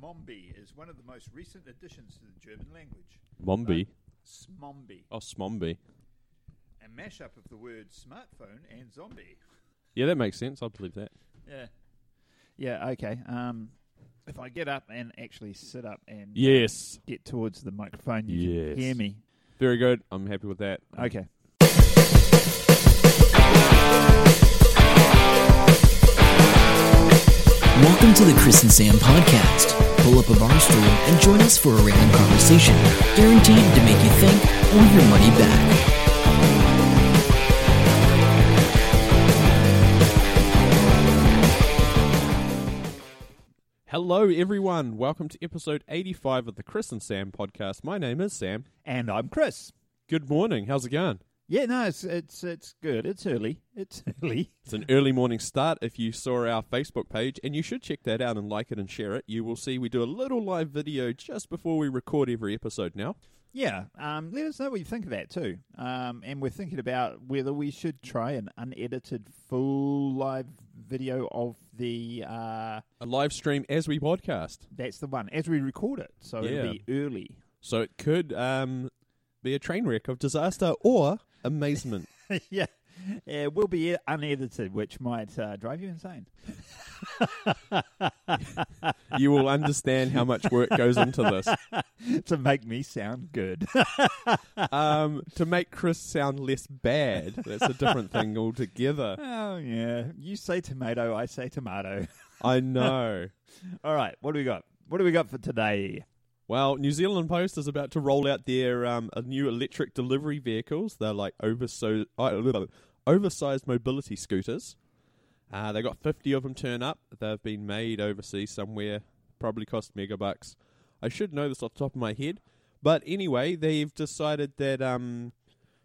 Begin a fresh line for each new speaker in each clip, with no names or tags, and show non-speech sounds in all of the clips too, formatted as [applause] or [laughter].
Mombi is one of the most recent additions to the German language.
Mombi.
Smombi,
Oh, Smombi.
a mashup of the words smartphone and zombie.
Yeah, that makes sense. I believe that.
Yeah. Yeah, okay. Um, if I get up and actually sit up and
Yes.
get towards the microphone, you
Yes.
can hear me.
Very good. I'm happy with that.
Okay.
Welcome to the Chris and Sam podcast. Pull up a bar stool and join us for a random conversation, guaranteed to make you think or your money back.
Hello, everyone. Welcome to episode 85 of the Chris and Sam podcast. My name is Sam.
And I'm Chris.
Good morning. How's it going?
Yeah, no, it's it's it's good. It's early. It's [laughs] early.
It's an early morning start. If you saw our Facebook page, and you should check that out and like it and share it, you will see we do a little live video just before we record every episode now.
Yeah. Um, let us know what you think of that too. Um, and we're thinking about whether we should try an unedited full live video of the uh,
A live stream as we podcast.
that's the one as we record it. So
Yeah.
it'll be
[laughs]
early.
So it could um, be a train wreck of disaster or amazement.
yeah. It will be unedited, which might uh, drive you insane. [laughs]
you will understand how much work goes into this.
to make me sound good. [laughs]
Um, to make Chris sound less bad, that's a different thing altogether.
oh yeah, you say tomato, I say tomato. [laughs]
I know.
All right, what do we got? What do we got for today?
Well, New Zealand Post is about to roll out their um, uh, new electric delivery vehicles. They're like overso- uh, [laughs] oversized mobility scooters. Uh, they got 50 of them turn up. They've been made overseas somewhere. Probably cost megabucks. I should know this off the top of my head. But anyway, they've decided that um,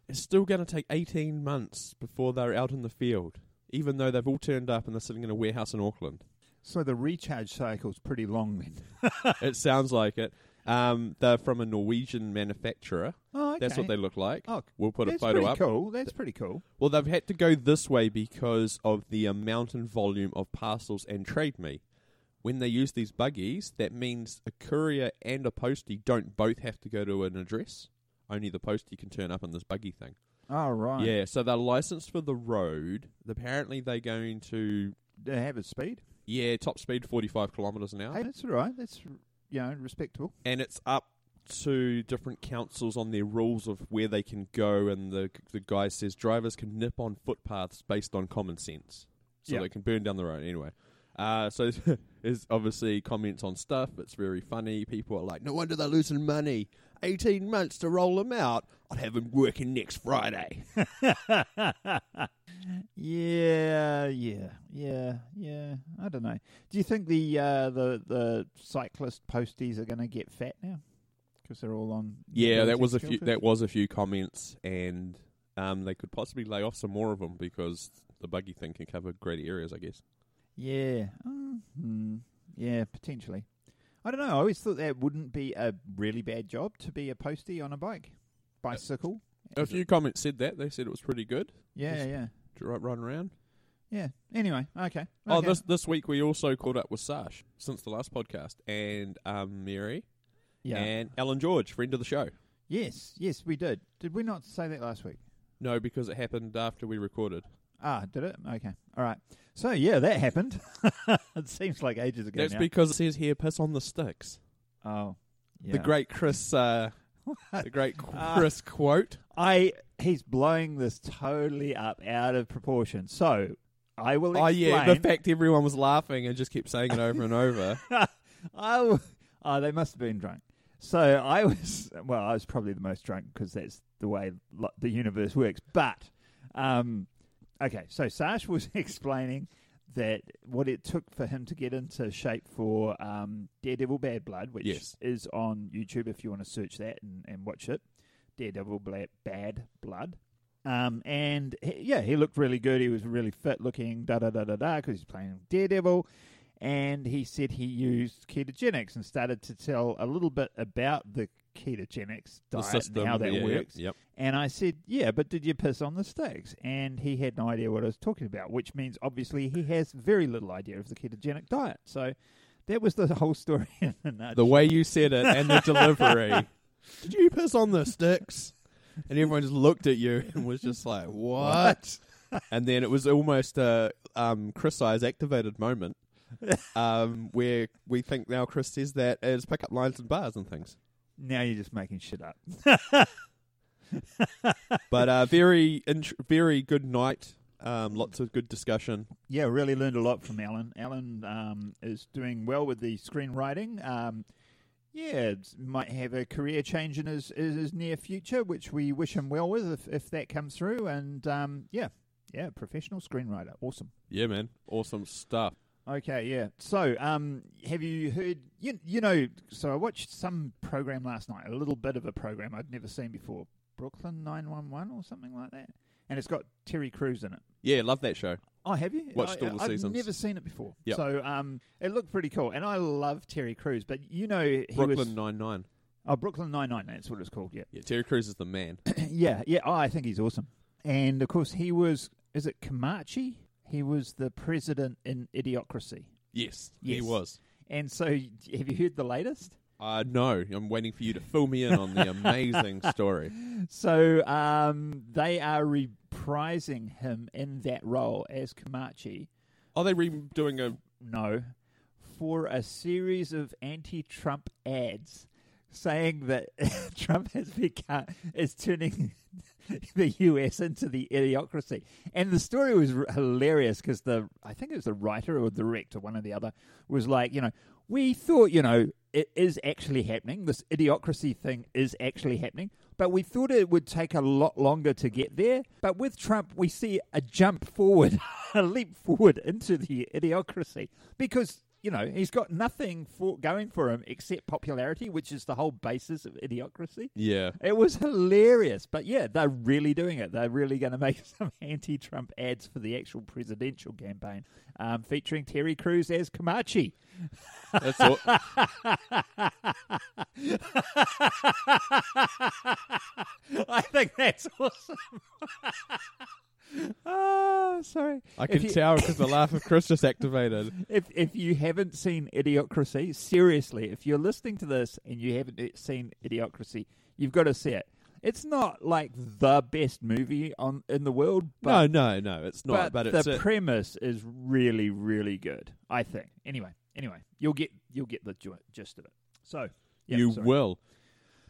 it's still going to take 18 months before they're out in the field, even though they've all turned up and they're sitting in a warehouse in Auckland.
So the recharge cycle's pretty long then. [laughs]
it sounds like it. Um, they're from a Norwegian manufacturer.
Oh, okay.
That's what they look like.
Oh,
we'll put a
That's
photo
pretty
up.
cool. That's pretty cool.
Well, they've had to go this way because of the amount and volume of parcels and trade me. When they use these buggies, that means a courier and a postie don't both have to go to an address. Only the postie can turn up on this buggy thing.
All right.
Yeah, so they're licensed for the road. Apparently, they're going to
They have a speed.
yeah top speed forty five kilometers an hour.
Hey, that's all right. That's you know respectable.
and it's up to different councils on their rules of where they can go. And the the guy says drivers can nip on footpaths based on common sense, so
Yeah.
they can burn down the road anyway. Uh, so [laughs] there's obviously comments on stuff. It's very funny. People are like, "No wonder they're losing money. Eighteen months to roll them out. I'd have them working next Friday." [laughs]
Yeah, yeah, yeah, yeah. I don't know. Do you think the uh, the the cyclist posties are going to get fat now? Because they're all on.
yeah, that
mobility
was a few.
scooters?
That was a few comments, and um, they could possibly lay off some more of them because the buggy thing can cover great areas, I guess.
Yeah. hmm Yeah, potentially. I don't know. I always thought that wouldn't be a really bad job to be a postie on a bike, bicycle.
A
Is
few
it-
comments said that. They said it was pretty good.
yeah,
is-
yeah,
to ri- Run around.
yeah. Anyway, okay.
Oh,
okay.
this this week we also caught up with Sash since the last podcast, and um, Mary
yeah.
and Alan George, friend of the show.
yes, yes, we did. Did we not say that last week?
No, because it happened after we recorded.
Ah, did it? Okay. All right. So yeah, that happened. [laughs] it seems like ages ago
That's
now.
because it says here, piss on the sticks.
oh, yeah.
The great Chris, uh, the great
Ah.
Chris quote.
[laughs] I he's blowing this totally up out of proportion. So I will.
Oh
Explain.
yeah, the fact everyone was laughing and just kept saying it over
[laughs]
and over.
I w- oh, they must have been drunk. So I was, well, I was probably the most drunk because that's the way lo- the universe works. But, um, okay, so Sash was [laughs] explaining that what it took for him to get into shape for um, Daredevil Bad Blood, which
Yes.
is on YouTube if you want to search that and, and watch it. Daredevil Bla- Bad Blood. Um, and he, yeah, he looked really good. He was really fit looking, da da da da da, because he's playing Daredevil. And he said he used ketogenics and started to tell a little bit about the ketogenics
The
diet
system,
and how that
yeah, yep,
works.
Yep,
And I said, Yeah, but did you piss on the sticks? And he had no idea what I was talking about, which means obviously he has very little idea of the ketogenic diet. So That was the [laughs] whole story in a nutshell.
[laughs] The way you said it and the delivery. [laughs] Did you piss on the sticks? And everyone just looked at you and was just like, "What?" [laughs] and then it was almost a um, Chris eyes activated moment, um, where we think now Chris says that as pickup lines and bars and things.
Now you're just making shit up.
But uh, very, int- very good night. Um, lots of good discussion.
Yeah, really learned a lot from Alan. Alan um, is doing well with the screenwriting. Um, yeah, it's- might have a career change in his, in his near future, which we wish him well with if, if that comes through. And um, yeah, yeah, professional screenwriter. Awesome.
Yeah, man, awesome stuff.
Okay, yeah. So, um, have you heard? You, you know, so I watched some program last night, a little bit of a program I'd never seen before, Brooklyn Nine One One or something like that, and it's got Terry Crews in it.
Yeah, love that show.
Oh, have you
Watched
I,
all the
I've
seasons.
never seen it before.
Yep.
So, um, it looked pretty cool, and I love Terry Crews, but you know, he was
Brooklyn Nine Nine.
oh Brooklyn Nine Nine. That's what it's called. Yeah, [coughs]
Yeah, Terry Crews is the [coughs] man.
yeah, yeah. Oh, I think he's awesome. And of course, he was. Is it Comanche? He was the president in Idiocracy.
yes, he
Yes.
was.
And so, have you heard the latest?
Uh, no, I'm waiting for you to fill me in on the [laughs] amazing story.
So um, they are reprising him in that role as Comanche.
Are they redoing a?
No, for a series of anti-Trump ads saying that [laughs] Trump has become is turning [laughs] the U.S. into the idiocracy. And the story was r- hilarious because the I think it was the writer or director, one or the other, was like, you know, we thought, you know, it is actually happening. This idiocracy thing is actually happening. But we thought it would take a lot longer to get there. But with Trump, we see a jump forward, [laughs] a leap forward into the idiocracy because, you know, he's got nothing for going for him except popularity, which is the whole basis of idiocracy.
Yeah,
It was hilarious. But yeah, they're really doing it. They're really going to make [laughs] some anti Trump ads for the actual presidential campaign um, featuring Terry Crews as Comanche. [laughs]
[laughs] that's all.
I think that's awesome. [laughs] oh, sorry.
I
If
can
you-
tell because the laugh of Chris just [laughs] activated.
If if you haven't seen Idiocracy, seriously, if you're listening to this and you haven't i- seen Idiocracy, you've got to see it. It's not like the best movie on in the world, but
no, no, no, it's not. But, it's
the
a-
premise is really, really good. I think. Anyway, anyway, you'll get you'll get the ju- gist of it. So yeah,
you
sorry.
will.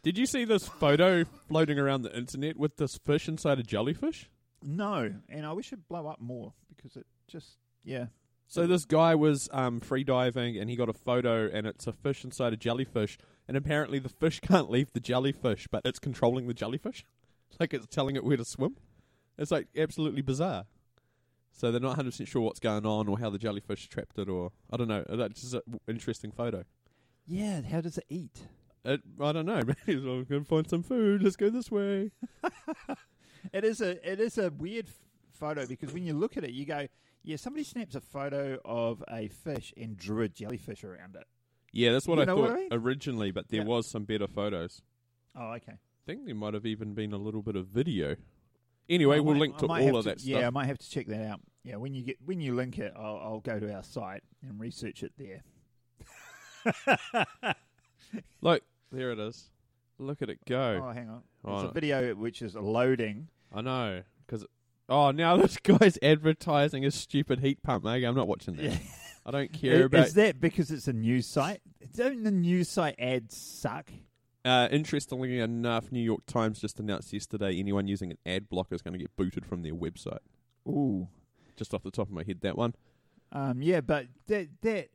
Did you see this photo floating around the internet with this fish inside a jellyfish?
No, and I wish it'd blow up more because it just yeah.
So this guy was um, free diving and he got a photo and it's a fish inside a jellyfish and apparently the fish [laughs] can't leave the jellyfish but it's controlling the jellyfish. [laughs] Like it's telling it where to swim. It's like absolutely bizarre. So they're not 100% sure what's going on or how the jellyfish trapped it or I don't know. That's just an interesting photo.
Yeah, how does it eat?
It, I don't know. [laughs] Maybe it's, "Oh, I'm going to find some food. Let's go this way.
It is a it is a weird f- photo because when you look at it, you go, yeah, somebody snaps a photo of a fish and drew a jellyfish around it.
Yeah, that's what
You
I
know
thought
what I mean?
originally, but there
Yeah.
was some better photos.
Oh, okay.
I think there might have even been a little bit of video. Anyway,
I
we'll
might-
link
I
to
might
all
have
of
to-
that stuff.
Yeah, I might have to check that out. Yeah, when you get when you link it, I'll, I'll go to our site and research it
[laughs]
there.
Oh. Look, there it is. Look at it go.
Oh, hang on.
Oh,
There's
no.
a video which is loading.
I know, because oh, now [laughs] this guy's advertising his stupid heat pump. Mate, I'm not watching that.
Yeah. [laughs]
I don't care
Is,
about
is that because it's a news site? Don't the news site ads suck?
Uh, interestingly enough, New York Times just announced yesterday anyone using an ad blocker is going to get booted from their website.
Ooh.
Just off the top of my head, that one.
Um, yeah, but that that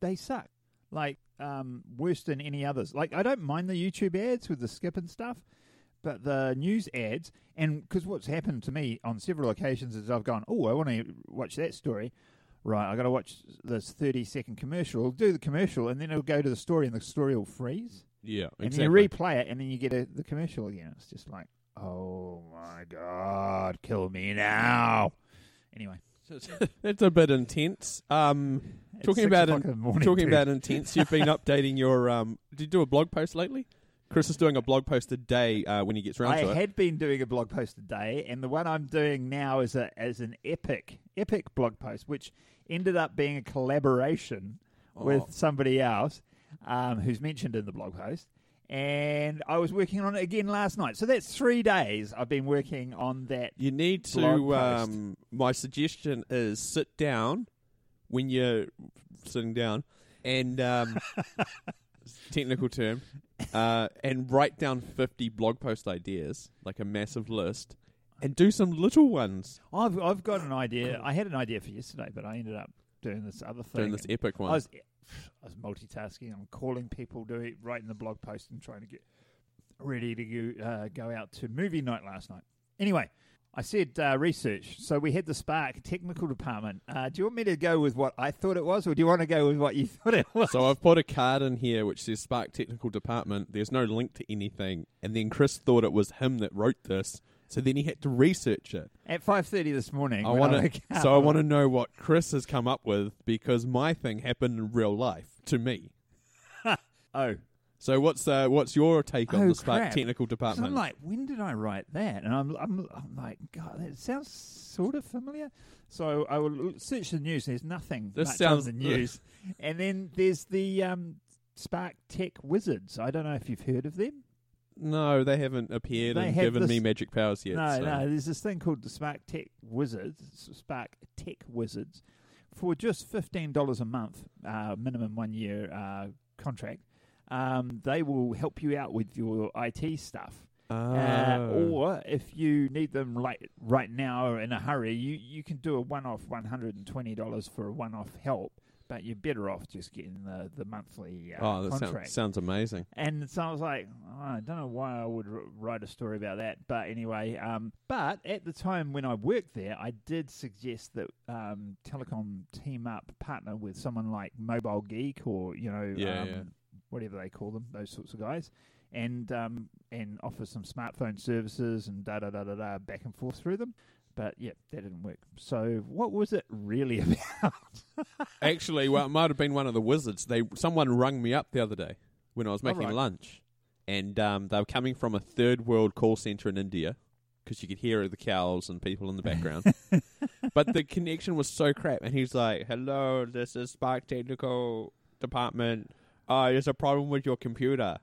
they suck. Like um, worse than any others. Like I don't mind the YouTube ads with the skip and stuff, but the news ads and because what's happened to me on several occasions is I've gone, oh, I want to watch that story. Right, I got to watch this thirty-second commercial. I'll do the commercial, and then it'll go to the story, and the story will freeze,
Yeah,
and
exactly.
then you replay it, and then you get a, the commercial again. It's just like, oh my god, kill me now. Anyway,
That's a bit intense. Um,
[laughs] it's
Talking
six
about
o'clock
an-
in the morning,
talking
dude.
about intense, you've been updating your. Um, did you do a blog post lately? Chris is doing a blog post a day uh, when he gets round
I
to it.
had been doing a blog post a day, and the one I'm doing now is a as an epic epic blog post, which ended up being a collaboration
Oh.
with somebody else um, who's mentioned in the blog post. And I was working on it again last night. So that's three days I've been working on that.
You need to.
Blog post.
Um, my suggestion is sit down when you're sitting down,
[laughs]
and um, technical term, uh, and write down fifty blog post ideas, like a massive list, and do some little ones
I've, I've got an idea. I had an idea for yesterday, but I ended up doing this other thing.
during this epic one.
I was, I was multitasking. I'm calling people, doing writing the blog post, and trying to get ready to go, uh, go out to movie night last night. Anyway, I said uh, research. So we had the Spark technical department. Uh, do you want me to go with what I thought it was, or do you want to go with what you [laughs] thought it was?
so I've put a card in here which says Spark Technical Department. There's no link to anything, and then Chris thought it was him that wrote this, so then he had to research it.
At five thirty this morning,
I
when
[laughs] want
woke
to.
up-
So I want to know what Chris has come up with because my thing happened in real life to me.
[laughs] Oh,
So what's uh, what's your take on
Oh,
the Spark
crap.
technical
So
department?
I'm like, when did I write that? And I'm, I'm, I'm like, God, that sounds sort of familiar. So I will l- search the news. There's nothing.
This
much
sounds-
on the news. and then there's the um, Spark Tech Wizards. I don't know if you've heard of them.
no, they haven't appeared
They
and
have
given
this-
me magic powers yet.
no,
so.
no. There's this thing called the Spark Tech Wizards. s- Spark Tech Wizards for just fifteen dollars a month, uh, minimum one year uh, contract. Um, they will help you out with your IT stuff. Uh,
Oh.
or if you need them like right now or in a hurry, you, you can do a one off one hundred and twenty dollars for a one off help, but you're better off just getting the, the monthly uh,
Oh, that
contract.
sounds, sounds amazing.
and so I was like, oh, I don't know why I would r- write a story about that, but anyway. Um, but at the time when I worked there, I did suggest that um, Telecom team up, partner with someone like Mobile Geek or you know
Yeah,
um,
yeah.
whatever they call them, those sorts of guys, and um, and offer some smartphone services and da da da da da back and forth through them. But yeah, that didn't work. So what was it really [laughs] about?
Actually, well, it might have been one of the wizards. They someone rung me up the other day when I was making
Alright.
lunch, and um, they were coming from a third world call center in India because you could hear the cows and people in the background. but the connection was so crap, and he's like, "Hello, this is Spark Technical Department. Uh, there's a problem with your computer."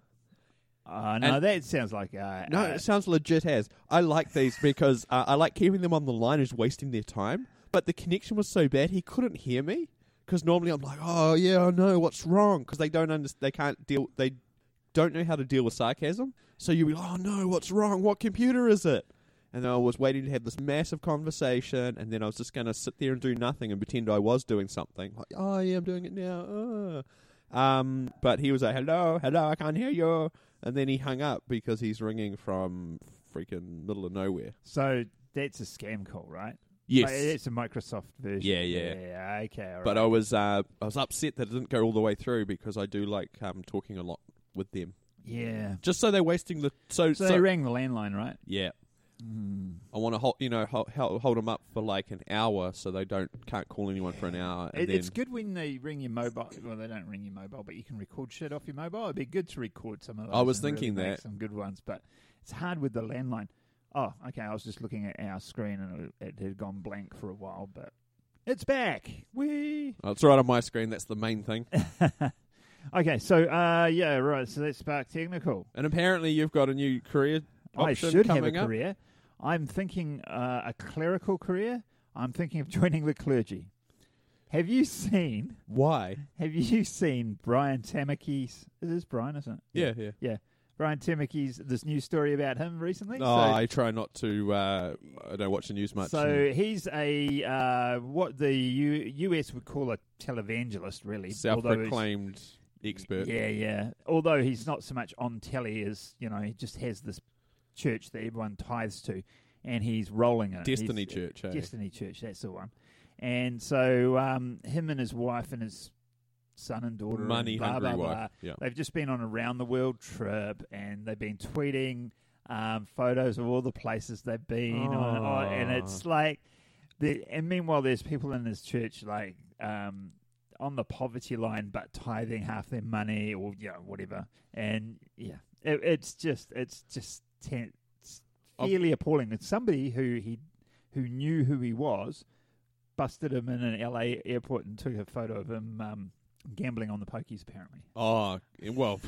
Uh, no,
And-
that sounds like uh,
No,
uh,
it sounds legit as. I like these because uh, I like keeping them on the line is wasting their time. But the connection was so bad he couldn't hear me because normally I'm like, oh yeah, I know what's wrong because they don't understand. They can't deal. They don't know how to deal with sarcasm. So you be like, oh no, what's wrong? What computer is it? And then I was waiting to have this massive conversation, and then I was just going to sit there and do nothing and pretend I was doing something. Like, oh yeah, I'm doing it now. Uh. Um, but he was like, hello, hello, I can't hear you. And then he hung up because he's ringing from freaking middle of nowhere.
so that's a scam call, right?
Yes.
Like, it's a Microsoft version.
Yeah, yeah.
yeah okay. all
but
right.
I was uh, I was upset that it didn't go all the way through because I do like um, talking a lot with them.
yeah.
Just so they're wasting the so,
So,
so-
they rang the landline, right?
yeah.
Mm.
I want to hold you know hold, hold them up for like an hour so they don't can't call anyone for an hour. And
It,
then,
it's good when they ring your mobile. Well, they don't ring your mobile, but you can record shit off your mobile. It'd be good to record some of those.
I was
and really
thinking
make
that.
some good ones, but it's hard with the landline. Oh, okay. I was just looking at our screen and it, it had gone blank for a while, but it's back.
[laughs]
We
Oh, it's right on my screen. That's the
[laughs]
main thing.
okay. So uh, yeah, right. So that's Spark Technical.
and apparently, you've got a new career option
I should have a
coming up.
career. I'm thinking uh, a clerical career. I'm thinking of [laughs] joining the clergy. Have you seen?
Why?
Have you [laughs] seen Brian Tamaki? This is Brian, isn't it?
Yeah, yeah.
Brian Tamaki's this new story about him recently.
No, Oh, I try not to. Uh, I don't watch the news
so,
much.
so he's a uh, what the U- US would call a televangelist, really. although he's-
self-proclaimed expert.
Yeah, yeah. Although he's not so much on telly as you know, he just has this church that everyone tithes to, and he's rolling in it.
Destiny
He's-
Church. eh?
Destiny Church, that's the one. And so um, him and his wife and his son and daughter, and
Money
blah,
hungry
blah,
wife.
blah,
Yeah.
They've just been on a round the world trip, and they've been tweeting um, photos of all the places they've been, on,
Aw.
and it's like, the, and meanwhile, there's people in this church like um, on the poverty line, but tithing half their money or you know whatever, and yeah, it, it's just it's just ten, it's
I've-
fairly appalling. And somebody who he who knew who he was busted him in an LA airport and took a photo of him um, Gambling on the pokies, apparently.
Oh,
[laughs]
well,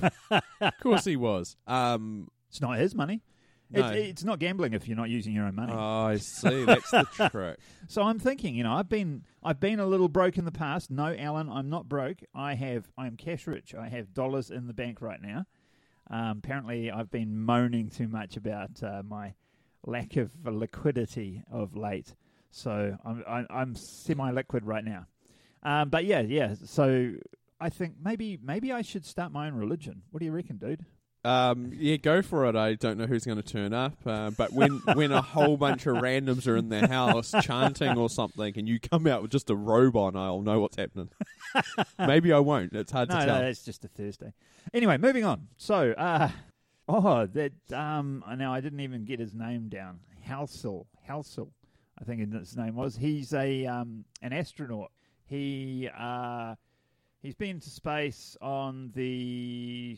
of course he was. Um,
It's not his money.
No.
It's, it's not gambling if you're not using your own money.
oh, I see. That's the trick.
So I'm thinking, you know, I've been I've been a little broke in the past. No, Alan, I'm not broke. I have I'm cash rich. I have dollars in the bank right now. Um, apparently, I've been moaning too much about uh, my lack of liquidity of late. So I'm I'm, I'm semi-liquid right now. Um, but yeah, yeah. So I think maybe maybe I should start my own religion. What do you reckon, dude?
Um, yeah, go for it. I don't know who's going to turn up, uh, but when when a whole bunch of randoms are in the house chanting or something, and you come out with just a robe on, I'll know what's happening. Maybe I won't. It's hard
no,
to
no,
tell.
that's just a Thursday. Anyway, moving on. So, uh, [laughs] oh, that um, I know I didn't even get his name down. Halsell, Halsell, I think his name was. He's a um, an astronaut. He uh, he's been to space on the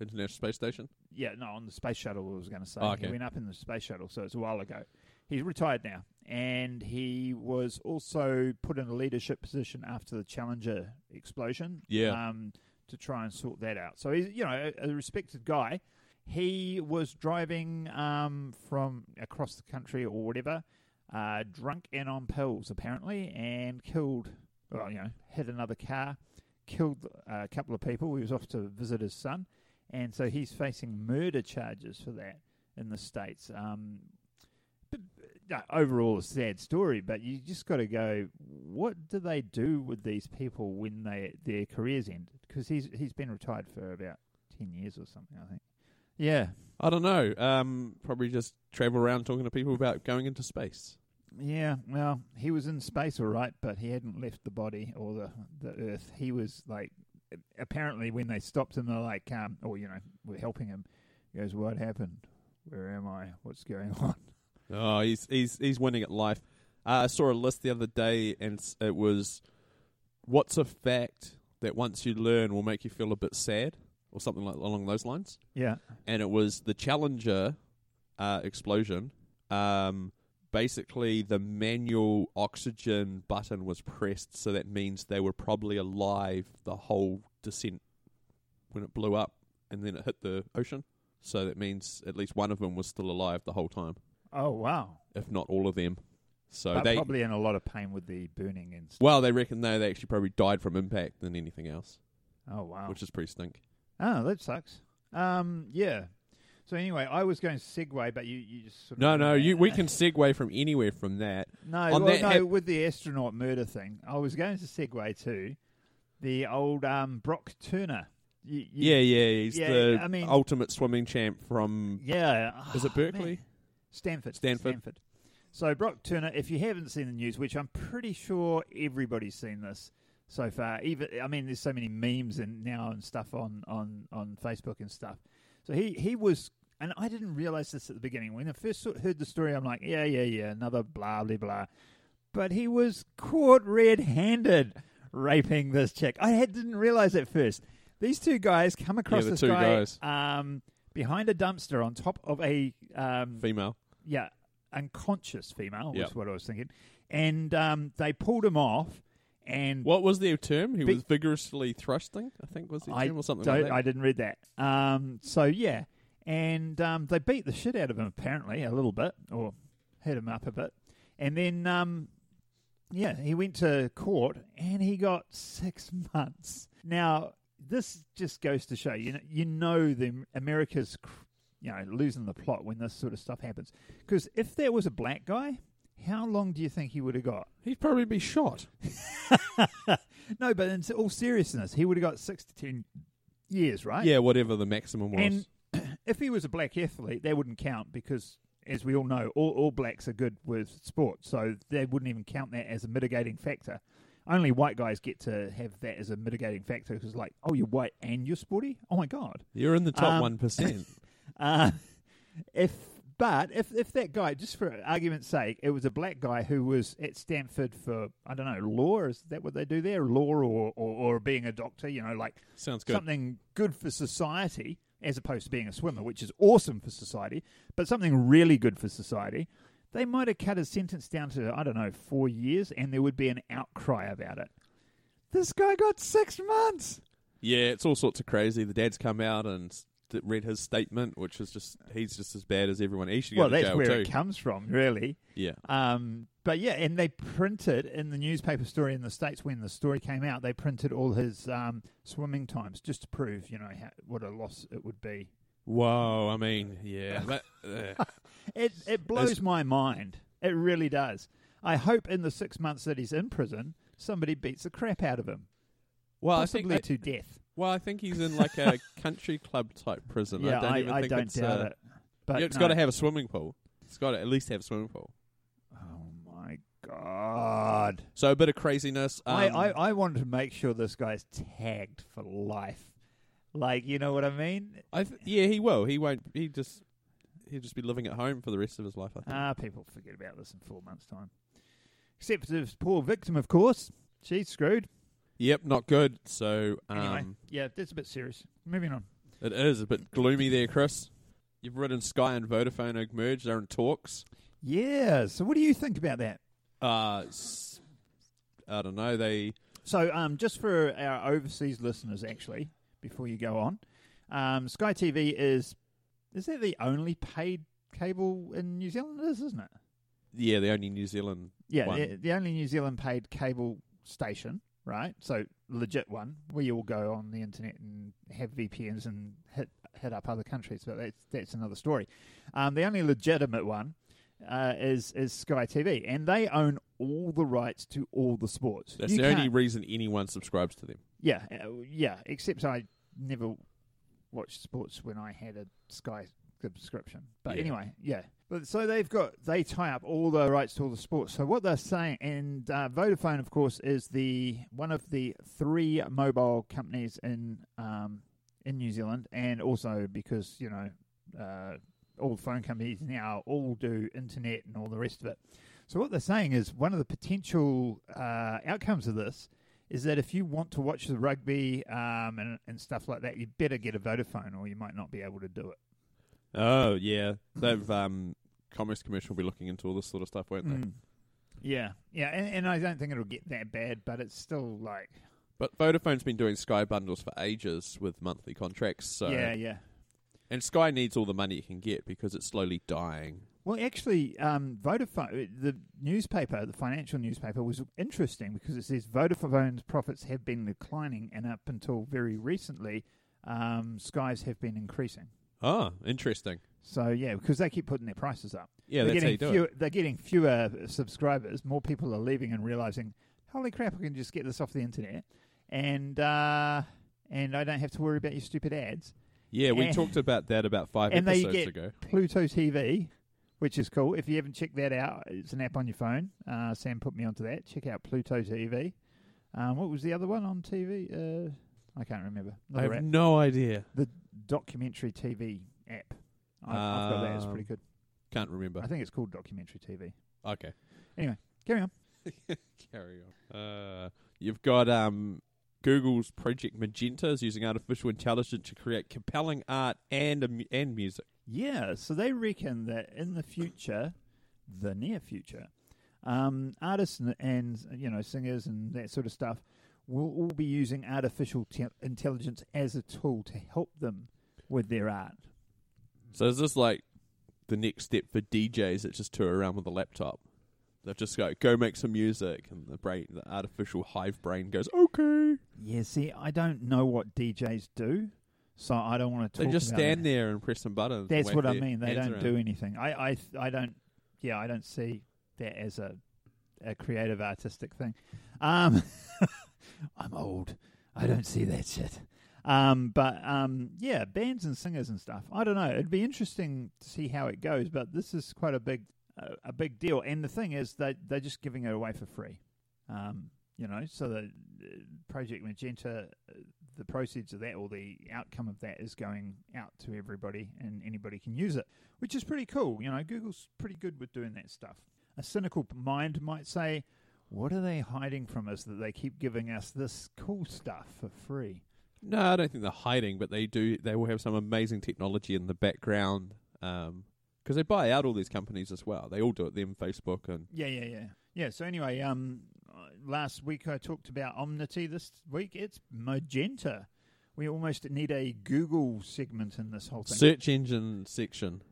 International Space Station.
yeah, no, on the space shuttle. I was going to say
Oh, okay.
he went up in the space shuttle, so it's a while ago. He's retired now, and he was also put in a leadership position after the Challenger explosion.
Yeah.
um, to try and sort that out. So he's you know a, a respected guy. He was driving um, from across the country or whatever, uh, drunk and on pills apparently, and killed. Well, you know, hit another car, killed uh, a couple of people. He was off to visit his son and so he's facing murder charges for that in the states. Um, but, uh, overall, a sad story, but you just got to go. What do they do with these people when they their careers end? Because he's he's been retired for about ten years or something, I think. Yeah,
I don't know. Um, probably just travel around talking to people about going into space.
yeah. Well, he was in space, all right, but he hadn't left the body or the the Earth. He was like, apparently, when they stopped him, they're like, um, or you know, we're helping him. He goes, "What happened? Where am I? What's going [laughs] on?"
Oh, he's he's he's winning at life. Uh, I saw a list the other day, and s- it was what's a fact that once you learn will make you feel a bit sad, or something like along those lines.
Yeah.
and it was the Challenger uh, explosion. Um, basically, the manual oxygen button was pressed, so that means they were probably alive the whole descent when it blew up, and then it hit the ocean. So that means at least one of them was still alive the whole time,
Oh wow.
if not all of them. So
but
they,
probably in a lot of pain with the burning and stuff.
well, they reckon though they actually probably died from impact than anything else,
Oh wow.
which is pretty stink.
oh, that sucks. Um, yeah. So anyway, I was going to segue, but you, you just sort of
No, no, you, we can segue from anywhere from that.
no,
on
well,
that
no.
hap-
with the astronaut murder thing, I was going to segue to the old um, Brock Turner. You, [laughs] you-
Yeah, yeah, he's
Yeah,
the
I mean-
ultimate swimming champ from.
yeah.
Um, Is it
Ah, man.
Berkeley?
Stanford.
Stanford.
So Brock Turner, if you haven't seen the news, which I'm pretty sure everybody's seen this so far, even I mean, there's so many memes and now and stuff on on on Facebook and stuff. So he he was, and I didn't realize this at the beginning when I first saw- heard the story. I'm like, yeah, yeah, yeah, another blah blah blah. But he was caught red-handed raping this chick. I had, didn't realize at first. These two guys come across
the
this
two
guy
guys.
Um, behind a dumpster on top of a um,
Female.
yeah, unconscious female was
Yep.
what I was thinking. And um, they pulled him off, and
What was their term? He
Big-
was vigorously thrusting, I think was the
I
term, or something
don't,
like that.
I didn't read that. Um, so yeah, and um, they beat the shit out of him apparently a little bit, or hit him up a bit, and then um, yeah, he went to court and he got six [laughs] months. Now this just goes to show you know, you know the America's cr- you know losing the plot when this sort of stuff happens because if there was a black guy, how long do you think he would have got?
He'd probably be shot.
No, but in all seriousness, he would have got six to ten years, right?
Yeah, whatever the maximum was.
And [clears throat] if he was a black athlete, they wouldn't count because, as we all know, all, all blacks are good with sports, so they wouldn't even count that as a mitigating factor. Only white guys get to have that as a mitigating factor because, like, oh, you're white and you're sporty. Oh my god.
You're in the top
Um, [laughs]
one percent.
Uh, if but if if that guy, just for argument's sake, it was a black guy who was at Stanford for I don't know law. Is that what they do there? Law or or, or being a doctor? You know, like
Sounds good.
something good for society as opposed to being a swimmer, which is awesome for society, but something really good for society, they might have cut his sentence down to, I don't know, four years, and there would be an outcry about it. This guy got six months.
Yeah, it's all sorts of crazy. The dad's come out and s- th- read his statement, which is just he's just as bad as everyone. He should go
Well,
to
that's
jail
where
too.
it comes from, really.
yeah,
Um, but yeah, and they printed in the newspaper story in the states when the story came out. They printed all his um, swimming times just to prove, you know, how, what a loss it would be.
Whoa, I mean,
[laughs]
yeah. but, uh,
It it blows my mind. It really does. I hope in the six months that he's in prison, somebody beats the crap out of him,
well, I think
possibly
I,
to death.
well, I think he's in like a country club type prison.
yeah,
I don't
I,
even
I
think
don't
it's,
doubt
uh,
it. But
yeah, it's
no.
got to have a swimming pool. It's got to at least have a swimming pool.
Oh my god!
So a bit of craziness. Um,
I, I I wanted to make sure this guy's tagged for life. Like you know what I mean?
I th- yeah, he will. He won't. He just he'll just be living at home for the rest of his life. I think.
Ah, people forget about this in four months' time. Except for this poor victim, of course. She's screwed.
yep, not good. So um,
Anyway, yeah, that's a bit serious. Moving on.
it is a bit gloomy there, Chris. You've written Sky and Vodafone are merged. They're in talks.
Yeah. So, what do you think about that?
Uh, s- I don't know. They
So, um, just for our overseas listeners, actually, before you go on, um, Sky TV is is that the only paid cable in New Zealand? It is, isn't it?
yeah, the only New Zealand.
Yeah,
One.
the, the only New Zealand paid cable station, right? So legit one. We all go on the internet and have VPNs and hit hit up other countries, but that's that's another story. Um, the only legitimate one uh, is is Sky TV, and they own all the rights to all the sports.
That's
You
the only
can't-
reason anyone subscribes to them.
yeah, uh, yeah. Except I never watched sports when I had a Sky subscription. But
Yeah.
anyway, yeah. But so they've got they tie up all the rights to all the sports. So what they're saying, and uh, Vodafone, of course, is the one of the three mobile companies in um, in New Zealand, and also because you know uh, all phone companies now all do internet and all the rest of it. So what they're saying is one of the potential uh, outcomes of this is that if you want to watch the rugby um, and, and stuff like that, you better get a Vodafone or you might not be able to do it.
Oh yeah, they've um, Commerce Commission will be looking into all this sort of stuff, won't
Mm.
they?
Yeah, yeah, and, and I don't think it'll get that bad, but it's still like,
But Vodafone's been doing Sky bundles for ages with monthly contracts. So
yeah, yeah.
And Sky needs all the money it can get because it's slowly dying.
Well, actually, um, Vodafone, the newspaper, the financial newspaper, was interesting because it says Vodafone's profits have been declining, and up until very recently, um, Sky's have been increasing. Oh,
Ah, interesting.
So yeah, because they keep putting their prices up.
Yeah,
they're
that's how you
getting
do
fewer,
it.
They're getting fewer subscribers. More people are leaving and realizing, holy crap, I can just get this off the internet, and uh, and I don't have to worry about your stupid ads.
Yeah, we
Eh.
talked about that about five
and they
episodes
get
ago.
Pluto TV, which is cool. If you haven't checked that out, it's an app on your phone. Uh, Sam put me onto that. Check out Pluto TV. Um, what was the other one on TV? Uh, I can't remember.
I
Another app.
have no idea.
the documentary TV app. I've, I've got that. It's
Um,
pretty good.
Can't remember.
I think it's called documentary TV.
Okay,
Carry on.
carry on. Uh, you've got um, Google's Project Magenta is using artificial intelligence to create compelling art and a mu- and music.
Yeah, so they reckon that in the future, the near future, um, artists and, and you know singers and that sort of stuff will all be using artificial te- intelligence as a tool to help them with their art.
So is this like the next step for DJs that just tour around with a laptop? They've just got go make some music, and the brain, the artificial hive brain, goes okay.
Yeah, see, I don't know what DJs do, so I don't want to talk.
They just
about
stand
that.
there and press some buttons. and
That's
wave
what I
their
mean. They
hands
don't
around.
do anything. I, I, th- I don't. Yeah, I don't see that as a, a creative artistic thing. Um, [laughs] I'm old. I don't see that shit. Um, but um, yeah, bands and singers and stuff. I don't know. It'd be interesting to see how it goes. But this is quite a big, uh, a big deal. And the thing is, they they're just giving it away for free. Um, you know, so the uh, Project Magenta, uh, the proceeds of that or the outcome of that is going out to everybody, and anybody can use it, which is pretty cool. You know, Google's pretty good with doing that stuff. A cynical mind might say, "What are they hiding from us that they keep giving us this cool stuff for free?"
No, I don't think they're hiding, but they do. They will have some amazing technology in the background because they buy out all these companies as well. They all do it. Them, Facebook, and
Yeah, yeah, yeah, yeah. So anyway, um, uh, last week I talked about Omnity. This week it's Magenta. We almost need a Google segment in this whole thing.
Search engine section.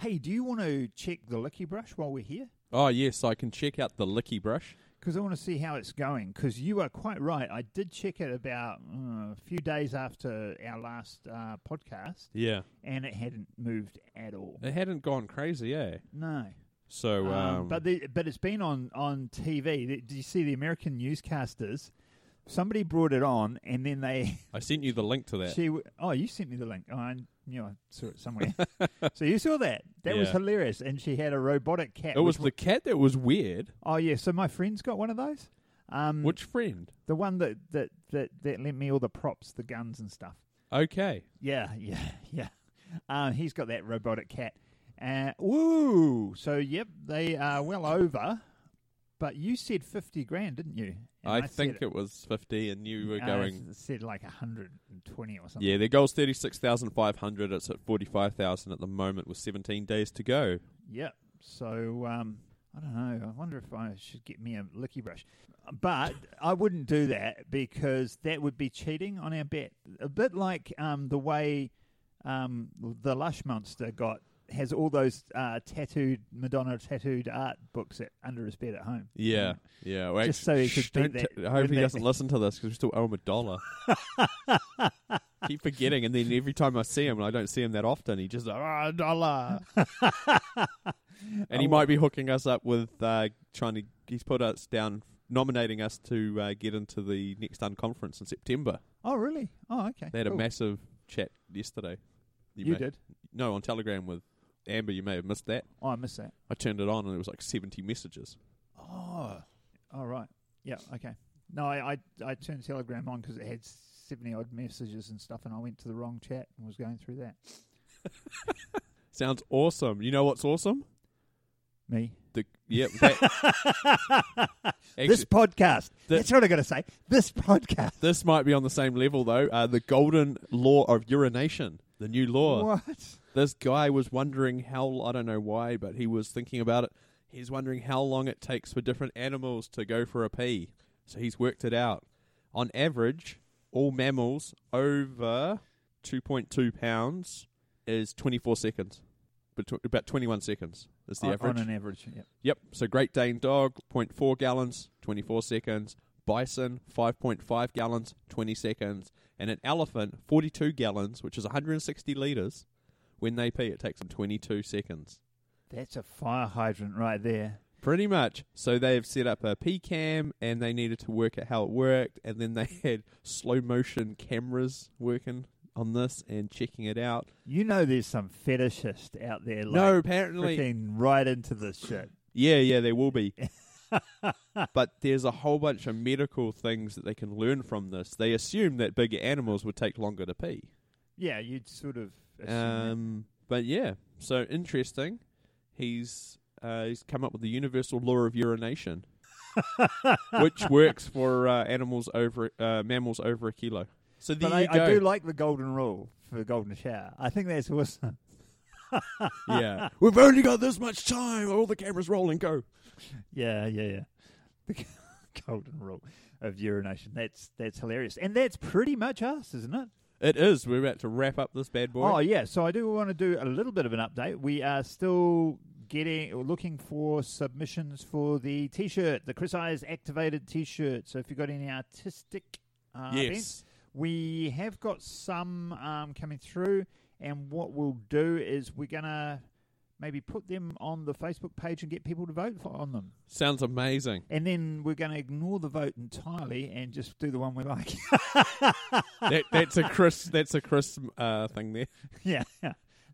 hey, do you want to check the Licky Brush while we're here?
Oh yes, I can check out the licky brush.
Because I want to see how it's going. Because you are quite right. I did check it about uh, a few days after our last uh, podcast,
Yeah,
and it hadn't moved at all.
it hadn't gone crazy, eh?
No.
So, um,
Um, but the, but it's been on on TV. The- Do you see the American newscasters? Somebody brought it on, and then
[laughs]
they
I sent you the link to that.
she w- oh you sent me the link. Oh, I knew I saw it
[laughs]
somewhere. so you saw that? That was
Yeah.
hilarious. And she had a robotic cat.
it was
which
the cat that was weird.
wa- oh yeah. So my friend's got one of those. Um,
Which friend?
the one that that that that lent me all the props, the guns and stuff.
Okay.
Yeah, yeah, [laughs] yeah. Um, he's got that robotic cat. Uh, woo! So yep, they are well over. But you said fifty grand, didn't you? And
I,
said-
think it was fifty, and you were
I
going.
s- said like hundred and twenty or something.
Yeah, their goal's thirty six thousand five hundred. It's at forty five thousand at the moment, with seventeen days to go.
Yep. So um, I don't know. I wonder if I should get me a licky brush, but I wouldn't do that because that would be cheating on our bet. A bit like um, the way um, the Lush Monster got has all those uh, tattooed Madonna tattooed art books at, under his bed at home.
Yeah, yeah. Well,
Just
actually-
so he
shh,
could beat
don't
that-
t- I hope
win
he
that-
doesn't listen to this because we still owe him
[laughs]
a dollar. Keep forgetting, and then every time I see him, and I don't see him that often, he just ah a dollar, and he
Oh.
might be hooking us up with uh, trying to. He's put us down, nominating us to uh, get into the next unconference in September.
Oh really? Oh okay.
They had a
cool.
massive chat yesterday.
You
may-
did.
No, on Telegram with Amber. You may have missed that.
Oh, I missed that.
I turned it on, and there was like seventy messages.
Oh, all right. Yeah. Okay. No, I I, I turned Telegram on because it had seventy odd messages and stuff, and I went to the wrong chat and was going through that.
Sounds awesome. You know what's awesome?
Me.
The
[laughs]
yep. That, actually,
this
this,
podcast.
The-
That's what I got to say. This podcast.
might be on the same level though. Uh, the golden law of urination, the new law.
What?
This guy was wondering how I don't know why, but he was thinking about it. He's wondering how long it takes for different animals to go for a pee. So he's worked it out. On average, all mammals over 2.2 pounds is 24 seconds. Betw- about 21 seconds is the
on,
average.
on an average. Yeah.
Yep. So Great Dane dog, 0.4 gallons, 24 seconds. Bison, 5.5 gallons, 20 seconds. And an elephant, 42 gallons, which is 160 litres. When they pee, it takes them 22 seconds.
That's a fire hydrant right there.
Pretty much. So they've set up a pee cam and they needed to work out how it worked. And then they [laughs] had slow motion cameras working on this and checking it out.
You know, there's some fetishist out there. Like,
no, apparently.
freaking right into this shit.
Yeah, yeah, there will [laughs] be. but there's a whole bunch of medical things that they can learn from this. They assume that bigger animals would take longer to pee.
Yeah, you'd sort of. assume that.
Um, but yeah, so interesting. He's uh, he's come up with the universal law of [laughs] urination, which works for uh, animals over uh, mammals over a kilo. So there
but I,
you go.
I do like the golden rule for golden shower. I think that's awesome.
yeah, [laughs] we've only got this much time. All the cameras rolling. Go.
Yeah, yeah, yeah. The [laughs] golden rule of urination. That's that's hilarious, and that's pretty much us, isn't it?
It is. We're about to wrap up this bad boy.
Oh yeah. So I do want to do a little bit of an update. We are still getting or looking for submissions for the t-shirt, the Chris Eyes activated t-shirt. So if you've got any artistic
Oh,
uh, bent,
yes.
we have got some um, coming through, and what we'll do is we're gonna maybe put them on the Facebook page and get people to vote for, on them.
Sounds amazing.
And then we're going to ignore the vote entirely and just do the one we like.
[laughs] that, that's a Chris. That's a Chris uh, thing there.
[laughs] yeah,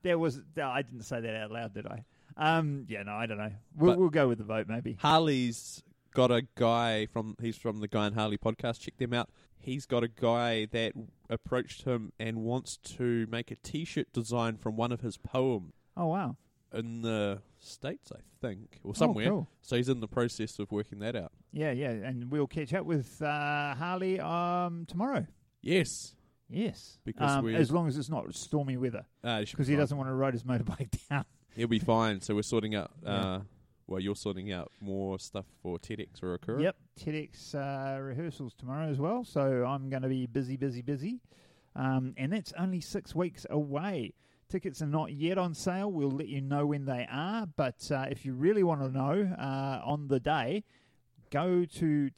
there was. No, I didn't say that out loud, did I? Um, yeah, no, I don't know. We'll,
But-
we'll go with the vote, maybe.
Harley's got a guy from. He's from the Guy and Harley podcast. Check them out. He's got a guy that approached him and wants to make a T-shirt design from one of his poems
Oh wow,
in the states, I think, or
Oh,
somewhere.
cool.
So he's in the process of working that out.
Yeah, yeah, and we'll catch up with uh, Harley um, tomorrow.
Yes,
Yes,
Because
um,
we-
as long as it's not stormy weather,
uh,
because he doesn't want to ride his motorbike [laughs] down.
He'll be fine. So we're sorting out. Uh, Well, you're sorting out more stuff for TEDx or Akura.
Yep, TEDx uh, rehearsals tomorrow as well, so I'm going to be busy, busy, busy. Um, and that's only six weeks away. Tickets are not yet on sale. We'll let you know when they are. But uh, if you really want to know uh, on the day, go to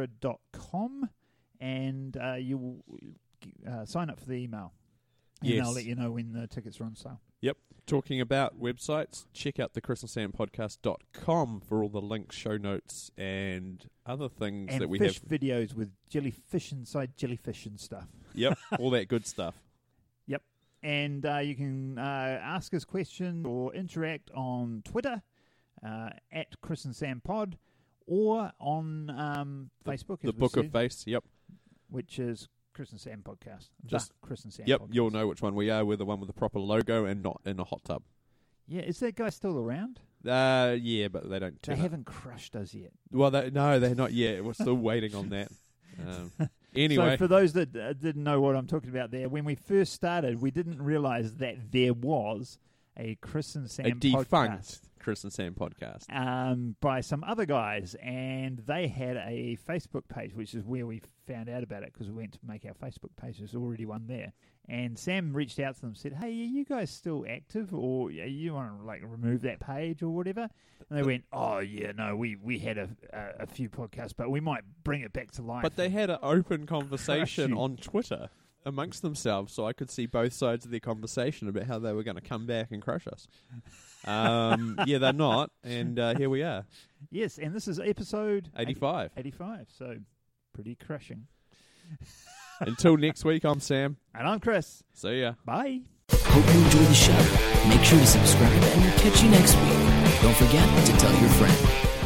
tedxruakura.com and uh, you will uh, sign up for the email. And
Yes.
I'll let you know when the tickets are on sale.
Talking about websites, check out the com for all the links, show notes, and other things
and
that we
fish
have.
videos with jellyfish inside jellyfish and stuff.
Yep, all that
[laughs]
good stuff.
And uh, you can uh, ask us questions or interact on Twitter uh, at Chris and Sam Pod or on um, Facebook,
the
as we
Book of
said,
Face. Yep,
which is Chris and Sam Podcast.
Just-
the Chris and Sam.
yep,
podcast.
you'll know which one we are. We're the one with the proper logo and not in a hot tub.
Yeah, is that guy still around?
Uh, yeah, but they don't.
They
Turn up.
haven't crushed us yet.
Well, they, no, they're not yet. We're still waiting
[laughs]
on that. Um, anyway,
So for those that uh, didn't know what I'm talking about there, when we first started, we didn't realize that there was a Chris and Sam
a defunct
podcast.
Chris and Sam podcast.
um, by some other guys, and they had a Facebook page, which is where we found out about it because we went to make our Facebook page. There's already one there, and Sam reached out to them, and said, "Hey, are you guys still active, or yeah, you want to like remove that page or whatever?" And they went, "Oh yeah, no, we we had a a, a few podcasts, but we might bring it back to life."
But they had an open conversation
you.
on Twitter amongst themselves, so I could see both sides of their conversation about how they were going to come back and crush us. Um, [laughs] yeah, they're not, and uh, here we are,
yes, and this is episode
eighty-five.
[laughs] 85, so pretty crushing.
Until next week, I'm Sam.
And I'm Chris.
See ya.
Bye.
Hope you enjoy the show. Make sure to subscribe and we'll catch you next week. Don't forget to tell your friend.